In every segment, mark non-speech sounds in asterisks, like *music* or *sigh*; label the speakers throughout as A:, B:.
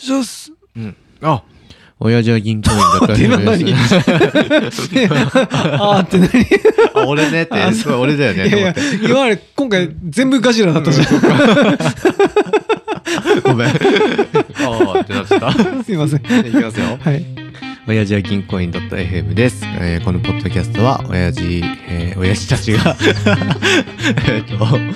A: じゃあす
B: うん。
A: あ
B: 親父は銀行員だったら
A: 今何あーって何
B: *laughs* あ俺ねっ
A: あ
B: て、すごい俺だよね
A: いやいや
B: と思っ
A: 今まで今回全部ガジラだったじゃん
B: て。ごめん。ああ、ってなって *laughs* た。
A: すいません
B: いきますよ。
A: はい
B: 親父は銀行員 .fm です。えーこのポッドキャストは、親父、えー親父たちが、 *laughs* えっと、えー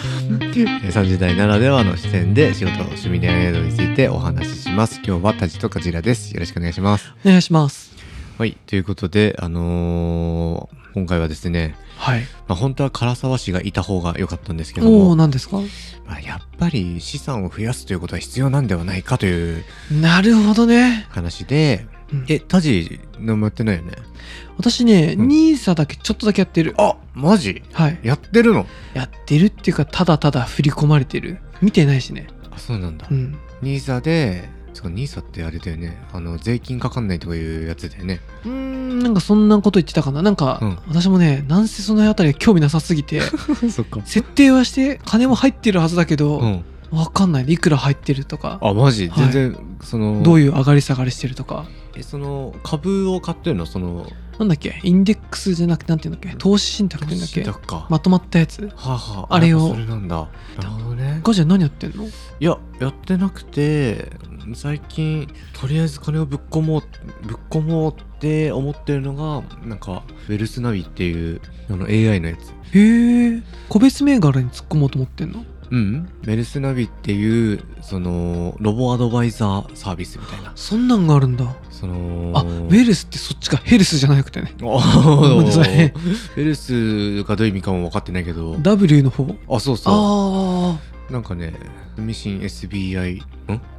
B: 30代ならではの視点で仕事、趣味恋愛などについてお話しします。今日はタジとカジラです。よろしくお願いします。
A: お願いします
B: はい。ということで、あのー今回はですね、
A: はい
B: まあ、本当は唐沢氏がいた方が良かったんですけど
A: おお
B: も、
A: 何ですか
B: まあ、やっぱり資産を増やすということは必要なんではないかという
A: なるほどね
B: 話で、
A: うん
B: え、タジ、何もやってないよね。
A: 私ね
B: うん
A: ニーサだけちょっとだけやってる
B: あ、マジ
A: はい
B: やってるの
A: やってるっていうかただただ振り込まれてる見てないしね
B: あそうなんだ、
A: うん
B: ニーサでそうニーサってあれだよねあの税金かかんないとかいうやつだ
A: *laughs*
B: よね
A: うーんなんかそんなこと言ってたかななんか、
B: うん
A: 私もねなんせその辺りは興味なさすぎ
B: *laughs*
A: て
B: そっか
A: 設定はして金も入ってるはずだけど、
B: う
A: わ
B: ん
A: かんないいくら入ってるとか
B: あマジ
A: はい
B: 全然、その
A: どう
B: いう
A: いう上がり下がりしてるとか
B: えその株を買ってるのその
A: なんだっけインデックスじゃなくてなんていうんだっけ投資信託っていうんだっけ
B: 投資か、
A: まとまったやつ
B: はあ、は
A: あれを
B: やっぱそれなんだなるほどね
A: ガジェ何やってんの
B: いややってなくて最近とりあえず金をぶっ込もうぶっ込もうって思ってるのがなんかウェルスナビっていうあの AI のやつ
A: へえ個別銘柄に突っ込もうと思ってんの
B: うん、メルスナビっていうそのロボアドバイザーサービスみたいな
A: そんなんがあるんだ
B: その
A: あウェルスってそっちかヘルスじゃなくてね
B: お
A: ごめんなさい
B: ーメルスがどういう意味かも分かってないけど
A: W の方
B: あそうそ
A: あ
B: うなんかねミシン SBI ん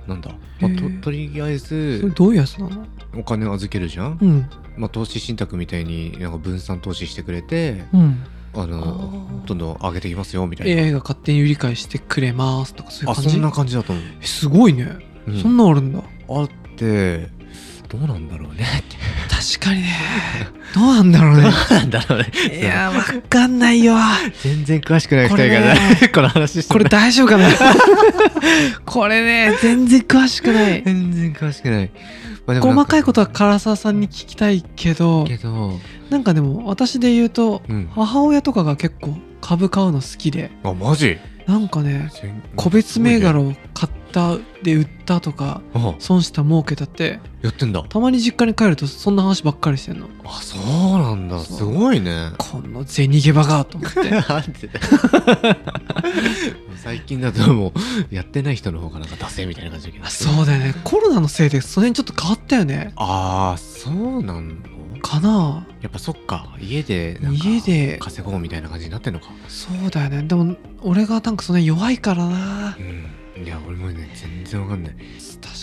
B: なんだ、
A: へ
B: まあ
A: ー
B: ととりあえ
A: あそれ
B: ず
A: どういうやつなの
B: お金を預けるじゃん、
A: うん
B: まあ、投資信託みたいになんか分散投資してくれて
A: うん
B: あの
A: あー
B: どんどん上げていきますよみたいな
A: AI が勝手に売り買いしてくれますとかそういう
B: あ
A: 感じ
B: そんな感じだと思う、
A: えすごいね、
B: うん
A: そんなんあるんだ
B: あってどうなんだろうねって
A: 確かにねどうなんだろう
B: *laughs*
A: ね
B: なんだろうね
A: *laughs* いやわかんないよ
B: 全然詳しくない二人
A: こ
B: が
A: れ
B: ね、 *laughs* この話して
A: これ
B: ない
A: 大丈夫かな *laughs* これね全然詳しくない
B: 全然詳しくない。まあでもなん
A: 細かいことは唐沢さんに聞きたいけど
B: けど、
A: なんかでも私で言うと
B: うん。
A: 母親とかが結構株買うの好きで
B: あ、マジ
A: なんかね個別銘柄を買ったで売ったとか
B: あ、
A: 損した儲けたって
B: やってんだ。
A: たまに実家に帰るとそんな話ばっかりしてんの
B: あ、そうなんだ。
A: そう
B: すごいね。
A: この銭ゲバがと思 *laughs* って
B: *laughs* 最近だともう、やってない人の方がなんかダセみたいな感じだけど。
A: あそうだよねコロナのせいでそれにちょっと変わったよね
B: あーそうなの
A: かな
B: やっぱそっか。家で、なんか
A: 家で
B: 稼ごうみたいな感じになってんのか。
A: そうだよねでも俺がなんかその弱いからな
B: うん。いや、俺もね、全然わかんない。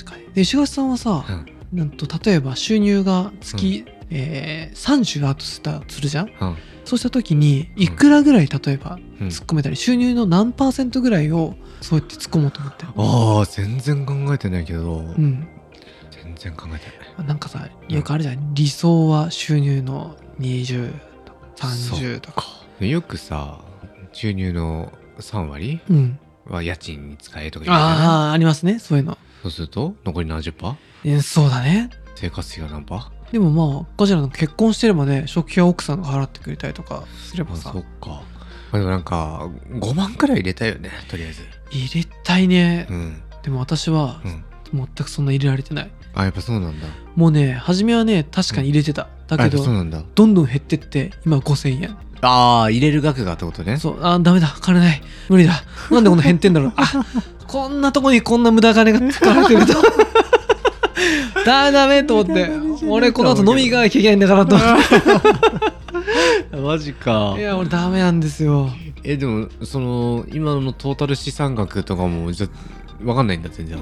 A: 確かにで石橋さんはさ、なんと例えば収入が月、えー、30アウトしたするじゃん
B: うん。
A: そうした時にいくらぐらい例えば
B: うん
A: 突っ込めたり、収入の何パーセントぐらいをそうやって突っ込もうと思ってんの
B: ああ全然考えてないけど、
A: うん
B: 全然考えてない
A: なんかさよくあるじゃん、理想は収入の20とか30とか
B: よくさ収入の3割
A: うん
B: は家賃に使えとか言うじゃない
A: ああありますねそういうの
B: そうすると残り 70%?
A: えそうだね
B: 生活費が何パ
A: でもまあガジラの結婚してればね食費は奥さんが払ってくれたりとかすれば
B: ー
A: さ
B: そっかまあでもなんか5万くらい入れたいよねとりあえず
A: 入れたいね、
B: うん
A: でも私は
B: うん
A: 全くそんな入れられてない
B: あやっぱそうなんだ
A: もうね初めはね確かに入れてた、だ
B: あ
A: け
B: やっぱ
A: ど
B: そうなんだ
A: どんどん減ってって今5000円
B: ああ入れる額がってことね
A: そうあーダメだ金ない無理だなんでこんな減ってんだろ
B: *laughs*
A: うあこんなとこにこんな無駄金が使われてると *laughs* ダメダメと思って俺この後飲み行かなきゃいけないんだからと思っ
B: *laughs* マジか
A: ていや俺ダメなんですよ
B: えでもその今のトータル資産額とかもじゃわかんないんだ全然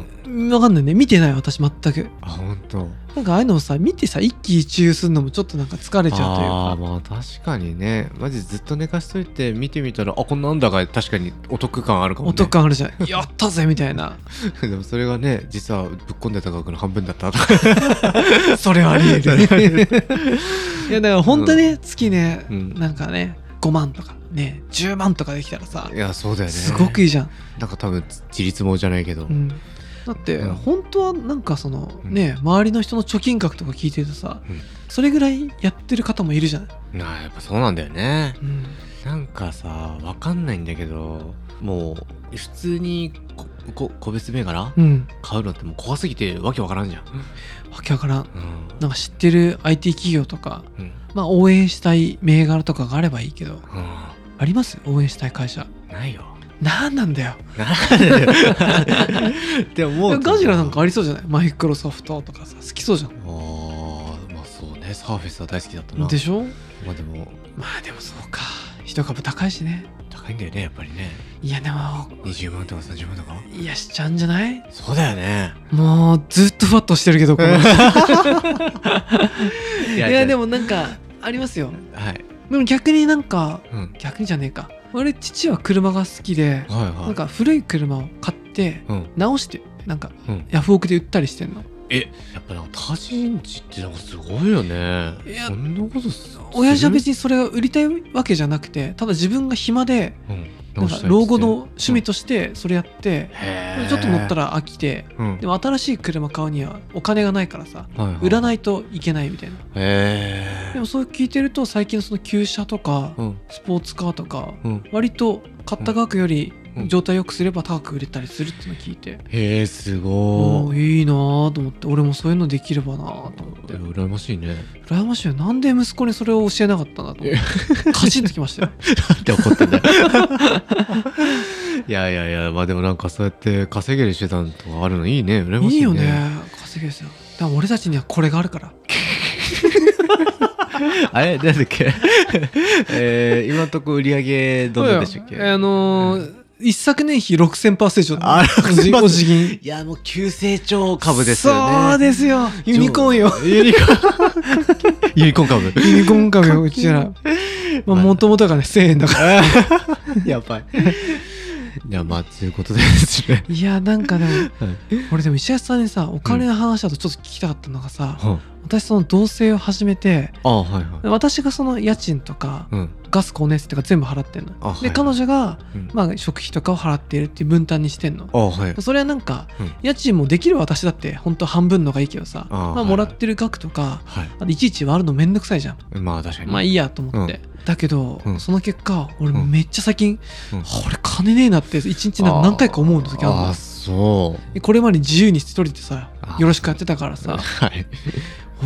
A: 分かんないね見てない私全く
B: あ本当。
A: なんかああいうのをさ見てさ一喜一憂するのもちょっとなんか疲れちゃうという
B: あ
A: か
B: あーまあ確かにねマジずっと寝かしといて見てみたらあこんなんだが確かにお得感あるかもね
A: お得感あるじゃんやったぜみたいな
B: *laughs* でもそれがね実はぶっ込んでた額の半分だったとか
A: それはありえ
B: *laughs*
A: るいやだから本当ね、月ね、
B: うん
A: なんかね5万とかね10万とかできたらさ
B: いやそうだよね
A: すごくいいじゃん、
B: なんか多分自立もじゃないけど、
A: うん、だって
B: うん
A: 本当はなんかその
B: うん
A: ね周りの人の貯金額とか聞いてるとさ
B: うん
A: それぐらいやってる方もいるじゃない、
B: なあやっぱそうなんだよね
A: うん
B: なんかさわかんないんだけどもう普通にここ個別銘柄
A: うん、
B: 買うのってもう怖すぎてわけわからんじゃん
A: わけわからん
B: うん
A: なんか知ってる IT 企業とか、
B: うん
A: まあ、応援したい銘柄とかがあればいいけど
B: う
A: あります応援したい会社
B: んないよ *laughs*
A: なんなんだよ
B: なんでだよって思うと
A: ガジラなんかありそうじゃないマイクロソフトとかさ好きそうじゃ
B: あーまあそうねサーフェスは大好きだったなん
A: でしょ
B: まあでも
A: まあでもそうか一株高いしね
B: 高いんだよねやっぱりね
A: いやでも
B: 20万とか30万とか
A: いやしちゃうんじゃない
B: そうだよね
A: もうずっとふわっとしてるけどこの人
B: い
A: いやで
B: も
A: もなんかありますよ
B: はい、
A: でも逆になんか
B: うん、
A: 逆にじゃねえか俺父は車が好きで
B: はいはい
A: なんか古い車を買って
B: うん
A: 直してなんか
B: うん、
A: ヤフオクで売ったりしてんの
B: えやっぱなんか他人事ってなんかすごいよね
A: いや
B: そんなことす
A: 親父は別
B: に、
A: にそれが売りたいわけじゃなくてただ自分が暇で
B: う
A: な
B: ん、
A: んか老後の趣味としてそれやって、ちょっと乗った
B: ら、
A: ら飽きて
B: うん
A: でも新しい車買うにはお金がないからさ
B: はいはい、
A: 売ら
B: い
A: ないといけないみたいな
B: へ
A: で
B: え
A: もそう聞いてると最近その旧車とか
B: うん
A: スポーツカーとか
B: うん
A: 割と買った額より
B: うん
A: 状態良くすれば高く売れたりするっていうのを聞いて、
B: へえす
A: お
B: ご
A: ー
B: い
A: いいなーと思って俺もそういうのできればなーと思って
B: 羨ましいね
A: 羨ましいよなんで息子にそれを教えなかったんだと思ってカチンときましたよ
B: なんて怒っ
A: *laughs*
B: てんだよいやいやいやまあでもなんかそうやって稼げる手段とかあるのいいね *laughs* 羨ま
A: い
B: しいね
A: いよね稼げですよだから俺たちにはこれがあるから
B: あれなんだっけ *laughs* えー、今んとこ売り上げどんなんでしたっけ、
A: あのー一昨年比6000%以上
B: あ6000%
A: お辞儀
B: いやもう急成長株ですよね
A: そうですよユニコーンよ
B: ユニコーンユニコーン株
A: ユニコーン株ようちらまあ
B: まあ
A: もともとがね1000円だから
B: *laughs* やばいいやまあということでですね
A: いやなんかでも
B: はい
A: *laughs* 俺でも石橋さんにさお金の話だとちょっと聞きたかったのがさ、
B: は
A: 私その同棲を始めて
B: ああはいはい
A: 私がその家賃とか
B: うん
A: ガス光熱費とか全部払ってんの
B: あはい
A: で彼女が、
B: うん
A: まあ、食費とかを払っているっていう分担にしてんの
B: ああはい
A: それはなんか、
B: うん
A: 家賃もできる私だって本当半分のがいいけどさ
B: あー
A: ま
B: は
A: あ、
B: い
A: もらってる額とか
B: はい
A: あといちいち割るのめんどくさいじゃん
B: まあ確かに
A: まあいいやと思って、だけど、
B: うん
A: その結果俺
B: うん
A: めっちゃ最近、
B: うん
A: あ俺金ねえなって一日な何回か思う時ある
B: あ
A: の
B: あそう
A: これまで自由に一人でさ
B: あー
A: よろしくやってたからさ
B: はい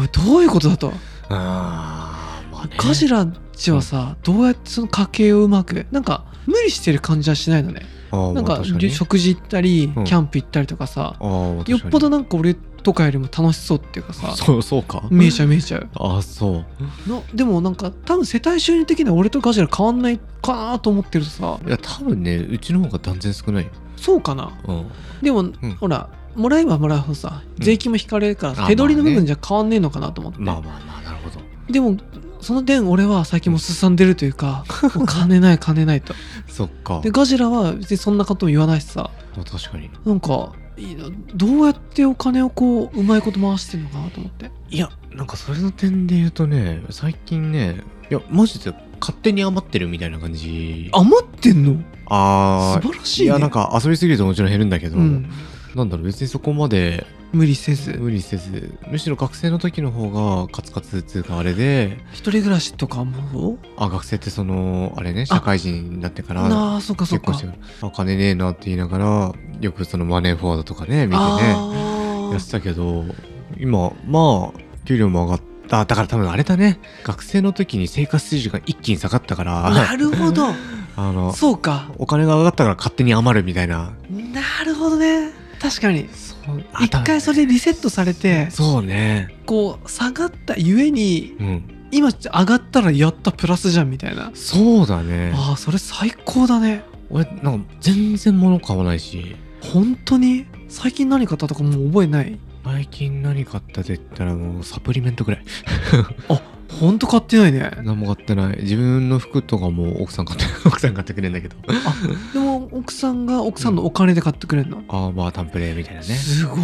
A: おいどういうことだと
B: ああまあね
A: ガジラっちはさどうやってその家計をうまくなんか無理してる感じはしないのね
B: ああ
A: なん
B: まあ
A: か
B: 確に
A: 食事行ったりキ
B: うん
A: ャンプ行ったりとかさ
B: ああまあ確かに
A: よっぽどなんか俺とかよりも楽しそうっていうかさ
B: そうそうか
A: 見えちゃう見えちゃう
B: ああそう
A: のでもなんか多分世帯収入的には俺とガジラ変わんないかなと思ってるとさ
B: いや多分ねうちの方が断然少ないよ
A: そうかな
B: うん
A: でも、ほらもらえばもらうほどさ税金も引かれるからさ、
B: あ
A: 手取りの部
B: まあね
A: 分じゃ変わんねえのかなと思って、
B: まあまあまあなるほど
A: でもその点俺は最近もうすさんでるという
B: *laughs*
A: かもう金ない金ないと
B: そっか
A: でガジラは別にそんなことも言わないしさ
B: まあ確かに
A: なんかいいなどうやってお金をこううまいこと回してるのかなと思って
B: いやなんかそれの点で言うとね最近ねいやマジで勝手に余ってるみたいな感じ
A: 余ってんの
B: あ
A: 素
B: ー
A: 晴らしいね
B: いやなんか遊びすぎるともちろん減るんだけど、
A: うん、
B: なんだろう別にそこまで
A: 無理せず
B: 無理せずむしろ学生の時の方がカツカツっていうかあれで
A: 一人暮らしとかも
B: あ学生ってそのあれね社会人になってから
A: なあそうかそう
B: 結
A: か
B: 婚してからあ金ねえなって言いながらよくそのマネーフォワードとかね見てね
A: あ
B: や
A: あ
B: ってたけど今まあ給料も上がったあだから多分あれだね学生の時に生活水準が一気に下がったから
A: なるほど
B: *laughs* あの
A: そうか
B: お金が上がったから勝手に余るみたいな
A: なるほどね確かに
B: そう
A: 一回それリセットされて
B: そうね
A: こう下がったゆえに
B: うん
A: 今上がったらやったプラスじゃんみたいな
B: そうだね
A: ああそれ最高だね
B: 俺なんか全然物買わないし
A: 本当に最近何買ったとかもう覚えない
B: 最近何買ったって言ったらもうサプリメントぐらい
A: 本当買ってないね
B: 何も買ってない自分の服とかも奥さん買って *laughs* 奥さん買ってくれるんだけど
A: でも奥さんが奥さんのお金で買ってくれるの、
B: ああまあタンプレみたいなね
A: すごい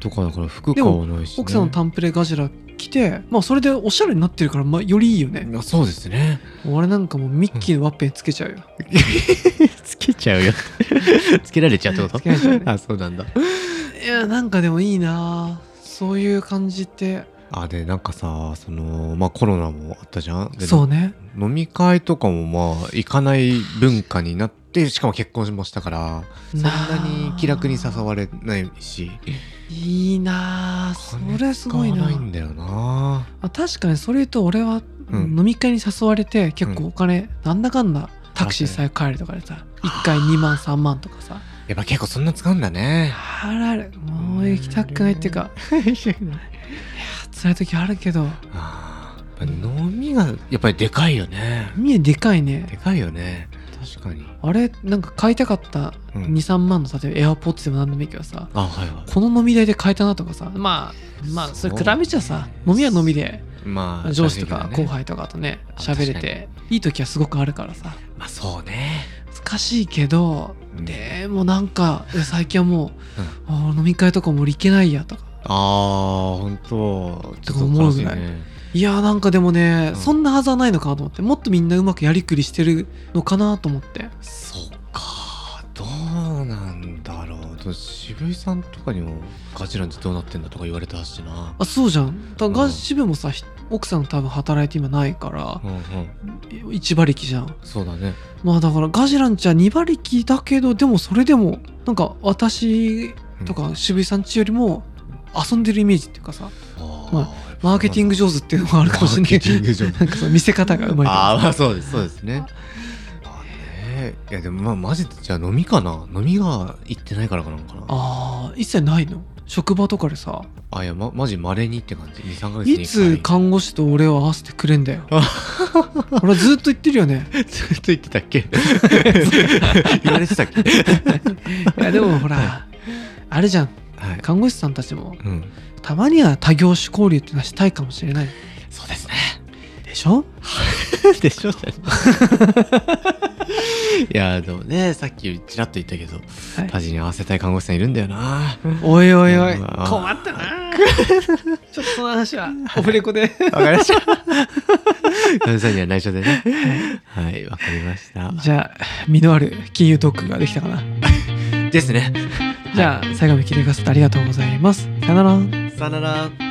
B: とかだから服買わないし、ね、
A: 奥さんのタンプレガジラ着てまあそれでおしゃれになってるから、まあ、よりいいよね
B: いやそうですね
A: 俺なんかもうミッキーのワッペンつけちゃうよ
B: *laughs* つけちゃうよつけられちゃうってこと
A: つけられちゃうね
B: あそうなんだ
A: いやなんかでもいいなそういう感じって
B: あでなんかさそのまあコロナもあったじゃんで
A: そうね
B: 飲み会とかもまあ行かない文化になってしかも結婚もしたからそんなに気楽に誘われないし
A: いいなそれすごい
B: 金使
A: な
B: わないんだよな
A: あ確かにそれ言うと俺は
B: うん
A: 飲み会に誘われて結
B: う
A: 構
B: ん
A: お金、なんだかんだタクシーさえ帰るとかでさ1回2万3万とかさ
B: やっぱ結構そんな使うんだね
A: あるあるもう行きたくないっていうか辛い時あるけど
B: あーやっぱ飲みがやっぱりでかいよね
A: 見えでかいね
B: でかいよね確かに
A: あれなんか買いたかった
B: うん
A: 23万の例えばエアポッツでも何でもいいけどさ
B: あはいは
A: この飲み代で買えたなとかさまあまあそれ比べちゃさ
B: そうね
A: 飲みは飲みで
B: いまあ
A: 上司とか
B: 正直だね
A: 後輩とかとね
B: あ
A: 喋れていい時はすごくあるからさ
B: まあそうね
A: 難しいけど
B: うん
A: でもなんかえ最近はもう、あー飲み会とかも俺行けないやとか
B: ああ本当
A: とか思うぐらいいやーなんかでもね、
B: うん
A: そんなはずはないのかなと思ってもっとみんなうまくやりくりしてるのかなと思って
B: そうかどうなんだろうと渋井さんとかにもガチランチどうなってんだとか言われたしな
A: あそうじゃんだから
B: うん
A: ガシ部もさ、ひ奥さん多分働いて今ないから
B: うんうん
A: 1馬力じゃん
B: そうだね
A: まあだからガジランちゃん2馬力だけどでもそれでもなんか私とか渋井さんちよりも遊んでるイメージっていうかさ
B: あ
A: まマーケティング
B: 上
A: 上手っていうのがあるかもしれない
B: マーケティング上
A: *laughs*
B: 手
A: なんかその見せ方がうまいと
B: あ
A: か
B: あまあそうですそうですねまあねいやでもまあマジでじゃあ飲みかな飲みが行ってないからかなんかなあ
A: あー一切ないの職場とかでさ
B: いやまマジまれにって感じ23ヶ月に
A: いつ
B: 1回
A: 看護師と俺を合わせてくれんだよ
B: あ
A: *laughs* 俺ずっと言ってるよ *laughs* ね
B: *laughs* ずっと言ってたっけ *laughs* 言われてたっけ *laughs*
A: いやでもほらあれじゃん
B: はい
A: 看護師さんたちも
B: うん
A: たまには多業種交流っていうのはしたいかもしれない
B: そうですね
A: でしょ
B: でしょ *laughs* だねいやでもねさっきちらっと言ったけど、
A: はい
B: 家事に合わせたい看護師さんいるんだよな
A: おいおいおい
B: うん
A: 困った *laughs* なちょっとその話 *laughs* はオフレコで
B: わかりました看護師さんには内緒でねはいわかりました
A: じゃあ身のある金融トークができたかな
B: ですね
A: じゃあ最後まで聞いてくださってありがとうございますさよなら
B: さよなら